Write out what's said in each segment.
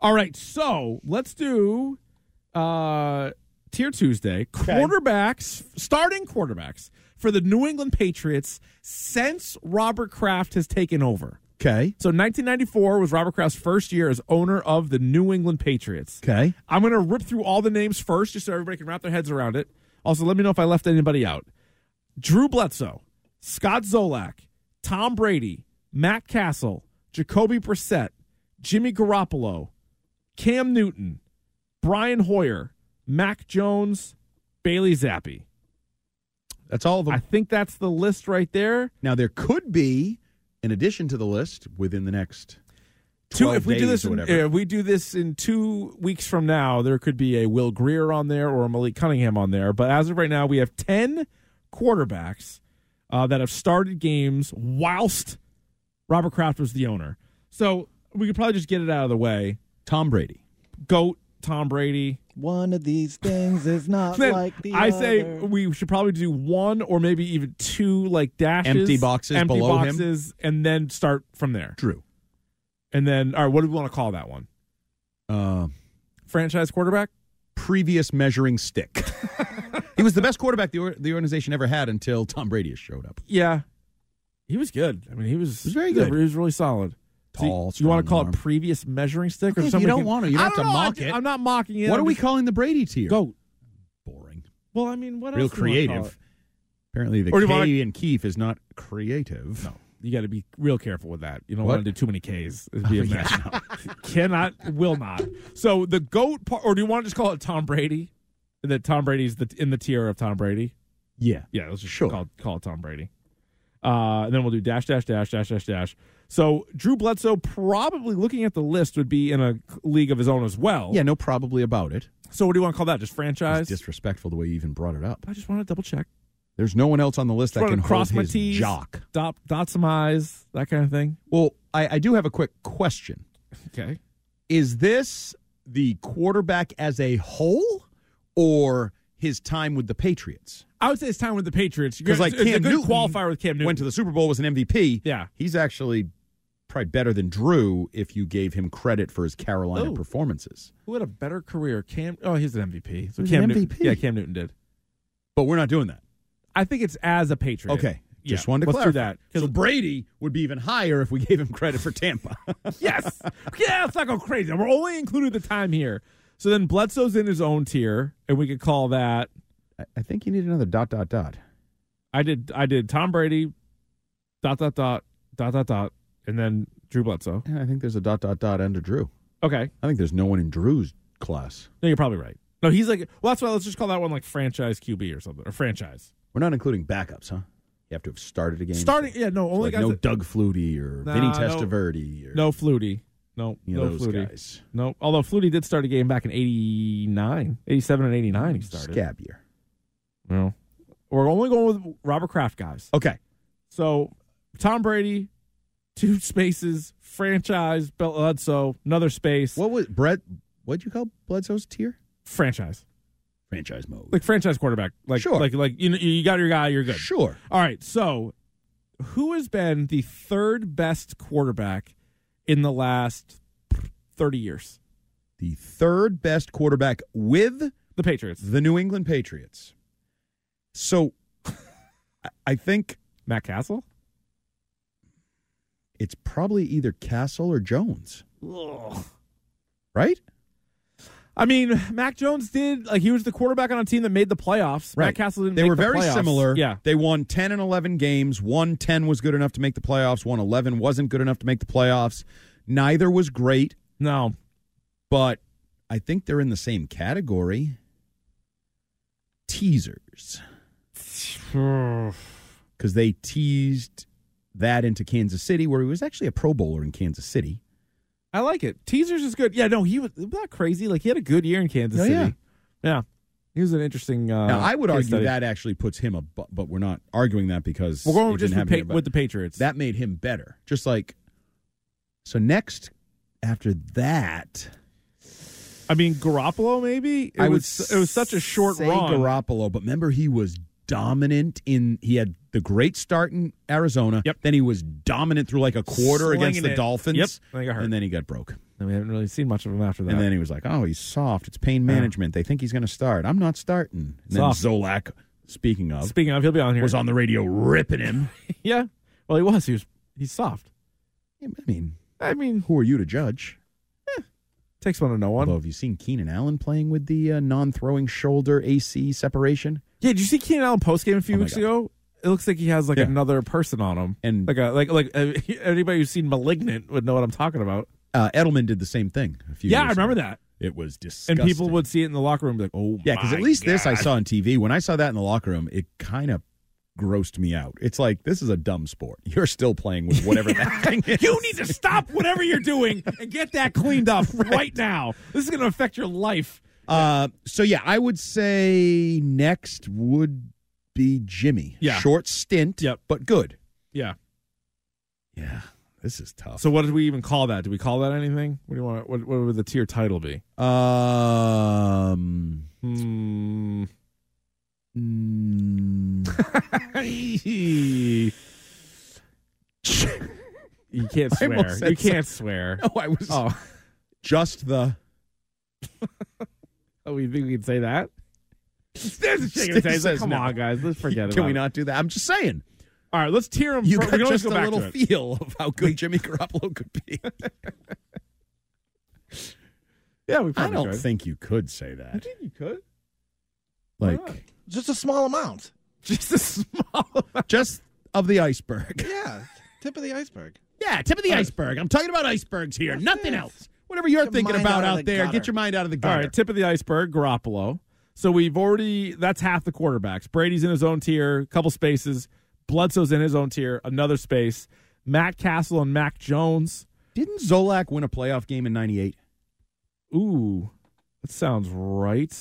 All right, so let's do uh Tier Tuesday. Quarterbacks, starting quarterbacks for the New England Patriots since Robert Kraft has taken over. Okay. So 1994 was Robert Kraft's first year as owner of the New England Patriots. Okay. I'm going to rip through all the names first just so everybody can wrap their heads around it. Also, let me know if I left anybody out. Drew Bledsoe, Scott Zolak, Tom Brady, Matt Castle, Jacoby Brissett, Jimmy Garoppolo, Cam Newton, Brian Hoyer, Mac Jones, Bailey Zappi. That's all of them. I think that's the list right there. now there could be, in addition to the list, within the next. Two, 12 if we do days this, or in, whatever. if we do this in two weeks from now, there could be a Will Greer on there or a Malik Cunningham on there. But as of right now, we have ten quarterbacks uh, that have started games whilst Robert Kraft was the owner. So we could probably just get it out of the way. Tom Brady. Goat Tom Brady. One of these things is not Then like the I other. say we should probably do one or maybe even two like dashes, Empty boxes empty below him. boxes, and then start from there. Drew. And then, all right, what do we want to call that one? Uh, Franchise quarterback. previous measuring stick. he was the best quarterback the, or- the organization ever had until Tom Brady showed up. Yeah, he was good. I mean, he was, He was very good. He was really solid. So you- Tall, you want to strong call arm. it previous measuring stick, or Okay, if you something? don't want to, you don't have to mock it. I'm not mocking it. what are I'm we just- calling the Brady tier? goat? Boring. Well, I mean, what Real else? do you wanna call creative. it? Apparently, the Or do K you wanna- and Keefe is not creative. No. You got to be real careful with that. You don't What? Oh, want to do too many K's. It'd be a mess. Cannot, will not. So the goat part, or do you want to just call it Tom Brady? That Tom Brady's the, in the tier of Tom Brady. Yeah. Yeah, let's just Sure. call, call it Tom Brady. Uh, and then we'll do dash, dash, dash, dash, dash, dash. So Drew Bledsoe, probably looking at the list, would be in a league of his own as well. Yeah, no probably about it. So what do you want to call that? Just It's franchise? disrespectful the way you even brought it up. I just want to double check. There's no one else on the list that Just wanna can cross hold my his T's. jock. Dot, dot some I's, that kind of thing. Well, I, I do have a quick question. Okay. Is this the quarterback as a whole or his time with the Patriots? I would say it's time with the Patriots. Because like it's a Cam good Newton qualifier with Cam Newton. Went to the Super Bowl, was an MVP. Yeah. He's actually probably better than Drew if you gave him credit for his Carolina Oh. performances. Who had a better career? Cam. Oh, he's an MVP. So He was Cam an Newton- MVP. Yeah, Cam Newton did. But we're not doing that. I think it's as a Patriot. Okay. Yeah. Just wanted to Let's do clarify. that. 'Cause- So Brady would be even higher if we gave him credit for Tampa. yes. Yeah, let's not go crazy. We're only including the time here. So then Bledsoe's in his own tier, and we could call that. I- I think you need another dot dot dot. I did. I did Tom Brady, dot dot dot dot dot dot, and then Drew Bledsoe. And I think there's a dot dot dot under Drew. Okay. I think there's no one in Drew's class. No, you're probably right. No, he's like. Well, that's why let's just call that one like franchise QB or something or franchise We're not including backups, huh? You have to have started a game. starting. Yeah. No, So, only like guys. no that- Doug Flutie or Nah, Vinny no. Testaverde or no Flutie. No. you know, no those Flutie. guys. No. Although Flutie did start a game back in 89, 87 and 89 he started. Scab year. Well, we're only going with Robert Kraft guys. Okay. So Tom Brady, two spaces, franchise, Bledsoe, another space, What was Brett? What'd you call Bledsoe's tier? franchise, Franchise mode. like franchise quarterback, like Sure. like like you know, you got your guy, you're good. Sure. All right, so who has been the third best quarterback in the last thirty years? The third best quarterback with The Patriots, the New England Patriots. So I- I think Matt Castle. it's probably either Castle or Jones, right? I mean, Mac Jones did like he was the quarterback on a team that made the playoffs. Matt Castle didn't. They make were the very playoffs. similar. Yeah, They won 10 and 11 games. One 10 was good enough to make the playoffs. One 11 wasn't good enough to make the playoffs. Neither was great, no, but I think they're in the same category. Teasers. Because they teased that into Kansas City, where he was actually a Pro Bowler in Kansas City. I like it. Teasers is good. Yeah, no, he was wasn't that crazy. Like he had a good year in Kansas No, City. Oh, yeah. Yeah. he was an interesting. Uh, now, I would case argue study. that actually puts him above, but we're not arguing that because we're it going with didn't just with, happen pa- here, but- with the Patriots. that made him better. Just like so next after that, I mean, Garoppolo maybe. It I was, would it was such a short say run. Garoppolo, but remember he was dominant in he had the great start in Arizona. Yep. Then he was dominant through like a quarter against Slinging the it. Dolphins. Yep. Then he got hurt. And then he got broke. And we haven't really seen much of him after that. And then he was like, "Oh, he's soft. It's pain management. They think he's going to start. I'm not starting." And Soft. then Zolak, speaking of, Speaking of, he'll be on here. was on the radio ripping him. yeah. Well, he was. He was. He's soft. I mean, I mean, who are you to judge? takes one to know one. Although, have you seen Keenan Allen playing with the uh, non-throwing shoulder AC separation? Yeah. Did you see Keenan Allen post game a few Oh my weeks God. ago? It looks like he has like Yeah. another person on him. And Like a like like uh, anybody who's seen Malignant would know what I'm talking about. uh, Edelman did the same thing. A few Yeah, I years remember ago. that. It was And disgusting. people would see it in the locker room, and be like, "Oh, Yeah, because at my least this I God. saw on TV. When I saw that in the locker room, it kind of grossed me out. It's like this is a dumb sport. You're still playing with whatever that thing is. You need to stop whatever you're doing and get that cleaned up right, now. This is going to affect your life. Uh, so yeah, I would say next would be Jimmy. Yeah. short stint. Yep. but good. Yeah. Yeah, this is tough. So what did we even call that? Do we call that anything? What do you want? What, what would the tier title be? um. Hmm. mm, you can't I almost swear. said You can't swear. no, I was Oh, just the oh, we think we can say that? There's a chicken Steve taste. says Come no. on, guys. Let's forget Can about we it. not do that? I'm just saying. All right, let's tier them. You we got can always just go a back little to it. feel of how good Jimmy Garoppolo could be. Yeah, we I probably don't could. think you could say I that. think you could. Why not? Like Just a small amount. Just a small amount. just of the iceberg. Yeah, tip of the iceberg. Yeah, tip of the iceberg. I'm talking about icebergs here. Nothing else. Whatever you're Get your thinking mind about out of out, the there, gutter. get your mind out of the All gutter. right, tip of the iceberg, Garoppolo. So we've already that's half the quarterbacks. Brady's in his own tier, a couple spaces. Bledsoe's in his own tier, another space. Matt Castle and Mac Jones. Didn't Zolak win a playoff game in '98? Ooh, that sounds right.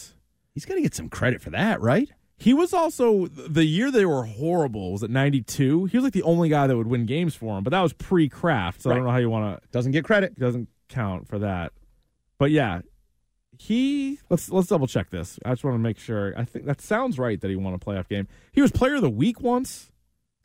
He's got to get some credit for that, right? He was also the year they were horrible was at ninety two. He was like the only guy that would win games for him, but that was pre Kraft, so I don't Right. know how you want to Doesn't get credit. doesn't count for that. But yeah, he let's let's double check this. I just want to make sure. I think that sounds right that he won a playoff game. He was player of the week once.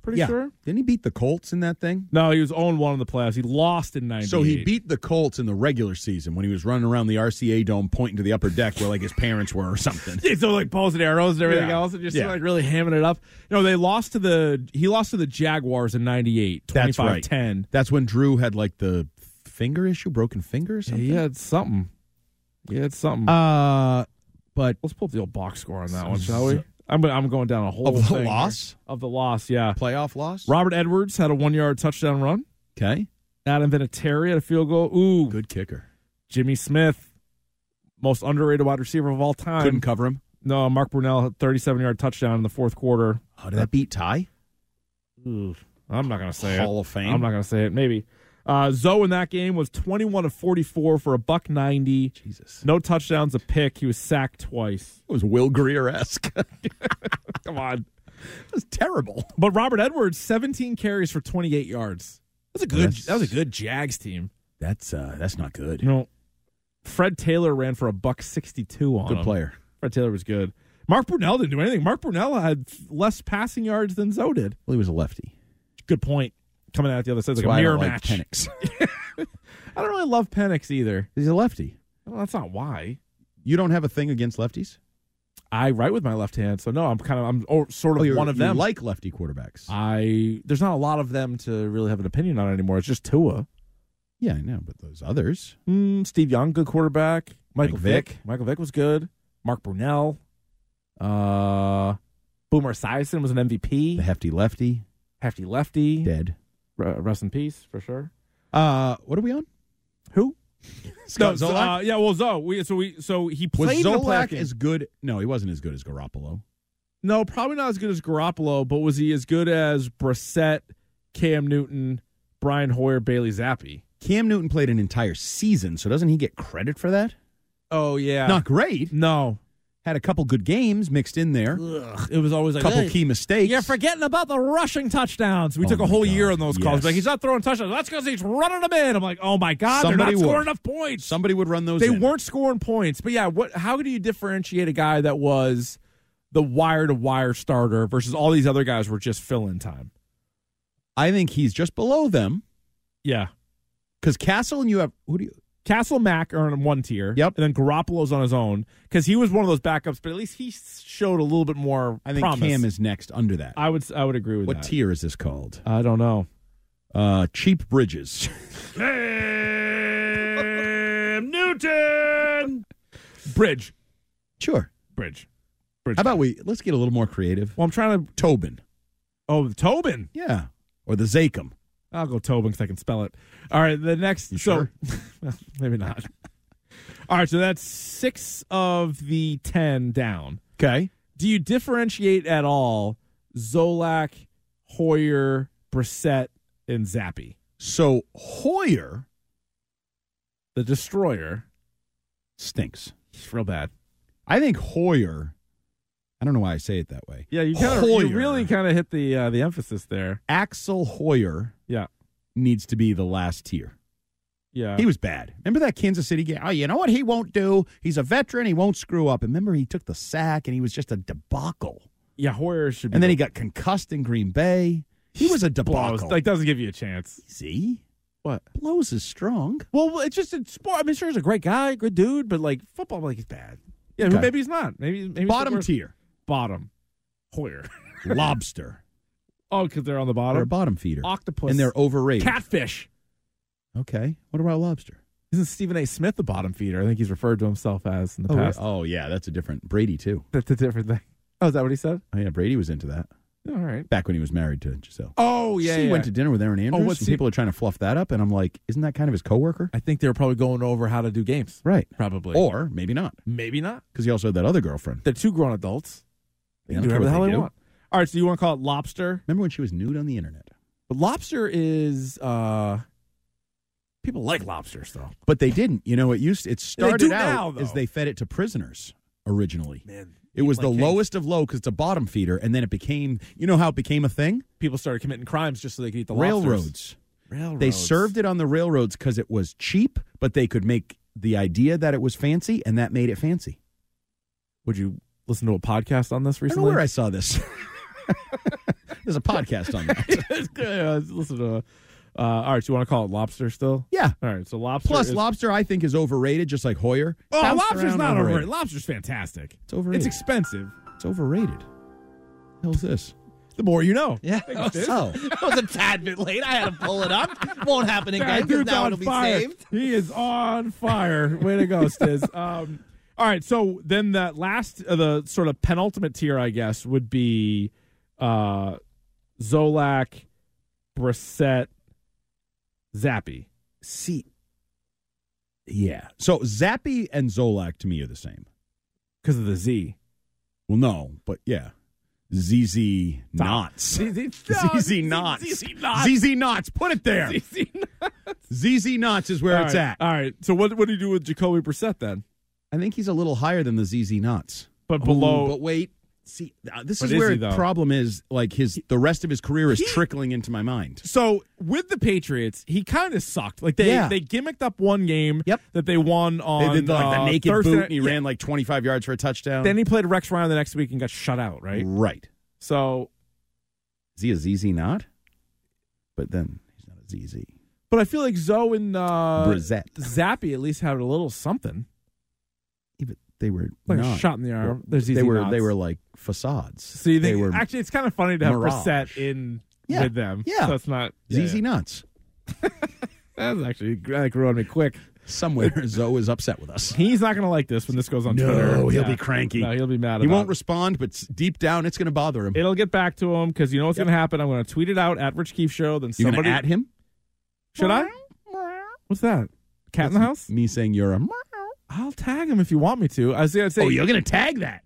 Pretty Yeah. sure. Didn't he beat the Colts in that thing? No, he was 0 1 in the playoffs. He lost in 98. So he beat the Colts in the regular season when he was running around the RCA dome pointing to the upper deck where like his parents were or something. Yeah, so like balls and arrows and everything Yeah. else, and just Yeah. like really hamming it up. No, they lost to the he lost to the Jaguars in 98, That's 25 right. 10. That's when Drew had like the finger issue, broken finger or something. He had something. Yeah, it's something. Uh, but Let's pull up the old box score on that one, shall we? I'm I'm going down a whole Of the thing here. loss? of the loss. Yeah, playoff loss. Robert Edwards had a one yard touchdown run. Okay. Adam Vinatieri had a field goal. Ooh, Good kicker. Jimmy Smith, most underrated wide receiver of all time. Couldn't cover him. no, Mark Brunell had 37 yard touchdown in the fourth quarter. How did that beat Ty? I'm not going to say Hall it. of Fame. I'm not going to say it. Maybe. Uh, Zoe in that game was 21 of 44 for a buck 90. Jesus. No touchdowns, a pick. He was sacked twice. It was Will Greer esque. it Come on. was terrible. But Robert Edwards, 17 carries for 28 yards. That's a good. That's- That was a good Jags team. That's uh that's not good. You know, Fred Taylor ran for a buck 62 on Good him. player. Fred Taylor was good. Mark Brunell didn't do anything. Mark Brunell had less passing yards than Zoe did. Well, he was a lefty. Good point. Coming out the other side, it's like That's why a I mirror don't like match. Penix. I don't really love Penix either. He's a lefty. Well, that's not why. You don't have a thing against lefties? I write with my left hand, so no, I'm kind of I'm oh, sort of you're- one of you them. like lefty quarterbacks. I there's not a lot of them to really have an opinion on anymore. It's just Tua, yeah, I know, but those others. mm, Steve Young, good quarterback. Michael Mike Vick. Michael Vick was good. Mark Brunell, uh, Boomer Esiason was an The MVP. hefty lefty, Hefty lefty. dead. R- uh, rest in peace for sure. Uh what are we on? Who? Scott no, Zolak? Uh, yeah, well, Zoe. We, so we so he was played in the playoff Zolak game. as good? No, he wasn't as good as Garoppolo. no, probably not as good as Garoppolo, but was he as good as Brissett, Cam Newton, Brian Hoyer, Bailey Zappi? Cam Newton played an entire season, so doesn't he get credit for that? Oh yeah, Not great. no. Had a couple good games mixed in there. It was always A like couple "Hey, key mistakes. You're forgetting about the rushing touchdowns. We Oh took a my whole God, year on those calls. yes. Like he's not throwing touchdowns. That's because he's running them in. I'm like, oh my god, Somebody they're not scoring would. enough points. Somebody would run those. they in. weren't scoring points. But yeah, what? How do you differentiate a guy that was the wire to wire starter versus all these other guys were just fill in time? I think he's just below them Yeah, because Castle and you have who do you? Castle Mack are on one tier. Yep. And then Garoppolo's on his own because he was one of those backups, but at least he showed a little bit more. I think promise. Cam is next under that. I would. I would agree with what that. tier is this called? I don't know. Uh, cheap bridges. Cam Newton. Bridge. sure. Bridge. Bridge. How about we? Let's get a little more creative. Well, I'm trying to. Tobin. Oh, Tobin. Yeah. Or the Zakum. I'll go Tobin because I can spell it. All right, the next. You so, sure? well, maybe not. All right, so that's six of the ten down. Okay. Do you differentiate at all Zolak, Hoyer, Brissett, and Zappy? So Hoyer The Destroyer. stinks. It's real bad. I think Hoyer. I don't know why I say it that way. Yeah, you kind of Hoyer. you really kind of hit the uh, the emphasis there. Axel Hoyer Yeah, needs to be the last tier. yeah. He was bad. Remember that Kansas City game? Oh, you know what he won't do? He's a veteran. He won't screw up. And remember, he took the sack and he was just a debacle. yeah, Hoyer should. Be And then he got concussed in Green Bay. He was a blows. debacle. Like doesn't give you a chance. See? What? Blows is strong. Well, it's just a sport. I mean, sure, he's a great guy, good dude, but like football, like he's bad. Yeah, Okay. maybe he's not. Maybe, maybe he's Bottom somewhere- tier. Bottom. Hoyer. Lobster. oh, because they're on the They're a bottom. bottom feeder. Octopus. And they're overrated. catfish. Okay. What about lobster? Isn't Stephen A. Smith the bottom feeder? I think he's referred to himself as in the Oh, past. oh, yeah. That's a different. Brady, too. That's a different thing. Oh, is that what he said? Oh, yeah. Brady was into that All right. back when he was married to Giselle. Oh she went to dinner with Aaron Andrews. what's and he- people are trying to fluff that up. And I'm like, isn't that kind of his coworker? I think they were probably going over how to do games. Right. Probably. Or maybe not. maybe not. because he also had that other girlfriend. They're two grown adults. They Yeah, can I do don't whatever the care hell what they, they do. want. All right. So you want to call it lobster? Remember when she was nude on the internet? But lobster is. uh People like lobsters though. But they didn't. You know, it used it started do out now, as though. they fed it to prisoners originally. Man, It was like the kings. lowest of low because it's a bottom feeder, and then it became. You know how it became a thing? People started committing crimes just so they could eat the lobsters. railroads. Railroads. They served it on the railroads because it was cheap, but they could make the idea that it was fancy, and that made it fancy. Would you listen to a podcast on this I don't know recently? where I saw this. There's a podcast on that. Yeah, let's listen to. Uh, all right, so you want to call it lobster still? Yeah. All right, so lobster. Plus, is, lobster I think is overrated, just like Hoyer. Oh, Bounced lobster's around, not overrated. Lobster's fantastic. It's overrated. It's expensive. It's overrated. How's this? The more you know. Yeah. Oh, That was a tad bit late. I had to pull it up. Won't happen again That dude's because now on it'll be fire. saved. He is on fire. Way to go, Stiz. Um, all right, so then that last, uh, the sort of penultimate tier, I guess, would be uh, Zolak, Brissett, Zappy. see, yeah. So Zappy and Zolak to me are the same. Because of the Z. Well, no, but yeah, ZZ Knots, ZZ Knots, ZZ Knots. ZZ Knots. Put it there. ZZ Knots. ZZ Knots is where All it's right, at. All right. So what what do you do with Jacoby Brissett then? Uh, I think he's a little higher than the ZZ Knots, But below- but wait. See, uh, this But is is where he, the though? problem is. Like his, the rest of his career is trickling into my mind. So with the Patriots, he kind of sucked. Like they Yeah. they gimmicked up one game Yep. that they won on They did the, like the uh, naked Thursday boot, night- and he Yeah. ran like 25 yards for a touchdown. Then he played Rex Ryan the next week and got shut out. Right. right. So, Is he a ZZ not? But then he's not a ZZ. but I feel like Zoe and uh, Brissette. Zappy at least had a little something, Even they were like a not- shot in the arm. There's They ZZ were Knots. they were like facades. So you think they were actually it's kind of funny to have Mirage. Brissett in Yeah. with them. Yeah. So it's not ZZ nuts. That's actually that grew on me quick. Somewhere Zoe is upset with us. He's not going to like this when this goes on Twitter. No, he'll Yeah. be cranky. No, he'll be mad. he about it. won't respond, but s- deep down, it's going to bother him. It'll get back to him because you know what's going to happen. I'm going to tweet it out at Rich Keefe Show. Then You're going somebody to at him. should I? What's that? Cat in the house? Me saying you're a. I'll tag him if you want me to. I was going to say Oh, you're going to tag that.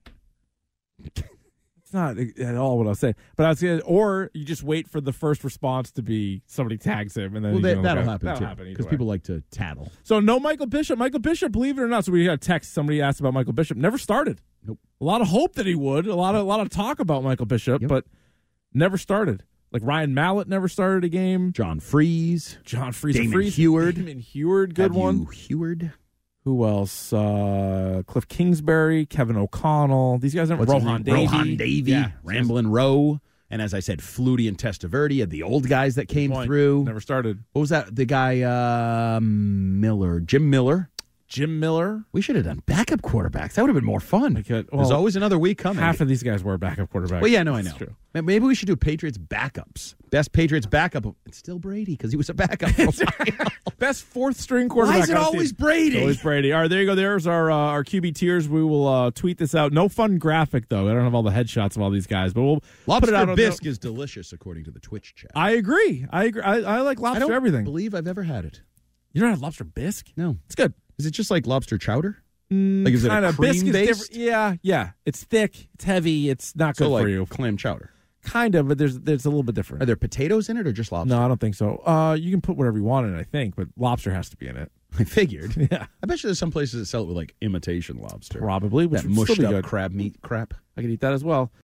it's not at all what I was saying, but I was going to, or you just wait for the first response to be somebody tags him, and then Well, he's that, gonna that'll go. happen That'll too, happen because because people like to tattle. So no Michael Bishop. Michael Bishop, believe it or not. So we had a text. Somebody asked about Michael Bishop. Never started. Nope. A lot of hope that he would. A lot of a lot of talk about Michael Bishop, Yep. but never started. Like Ryan Mallett never started a game. John Freeze, John Freeze. Damon Freeze. Heward. Damon Heward, good Have one. You Heward. Who else? Uh, Cliff Kingsbury, Kevin O'Connell. These guys are What's his Rohan name? Davey. Rohan Davey, Yeah. Ramblin' Roe, And as I said, Flutie and Testaverde had the old guys that came Point. through. Never started. What was that? The guy uh, Miller, Jim Miller. Jim Miller. We should have done backup quarterbacks. That would have been more fun. could- There's well, always another week coming. Half of these guys were backup quarterbacks. well, yeah, no, I know. That's true. Ma- Maybe we should do Patriots backups. Best Patriots backup. It's still Brady because he was a backup. for a while. Best fourth string quarterback. Why is it on the team. always Brady? Always Brady. All right, there you go. There's our uh, our QB tiers. We will uh, tweet this out. No fun graphic though. I don't have all the headshots of all these guys, but we'll put Lobster it out. on the- bisque is delicious, according to the Twitch chat. I agree. I agree. I, I like I lobster don't everything. believe I've ever had it. you don't have lobster bisque? No. It's good. Is it just like lobster chowder? like is it Mm, Kinda. a cream Bisque is based? different. Yeah, yeah. It's thick. It's heavy. It's not good So like for you. clam chowder. Kind of, but there's there's a little bit different. Are there potatoes in it or just lobster? No, I don't think so. Uh, you can put whatever you want in it, I think, but lobster has to be in it. I figured. Yeah. I bet you there's some places that sell it with like imitation lobster. Probably, which that would mushed still be up good. crab meat crap. I could eat that as well.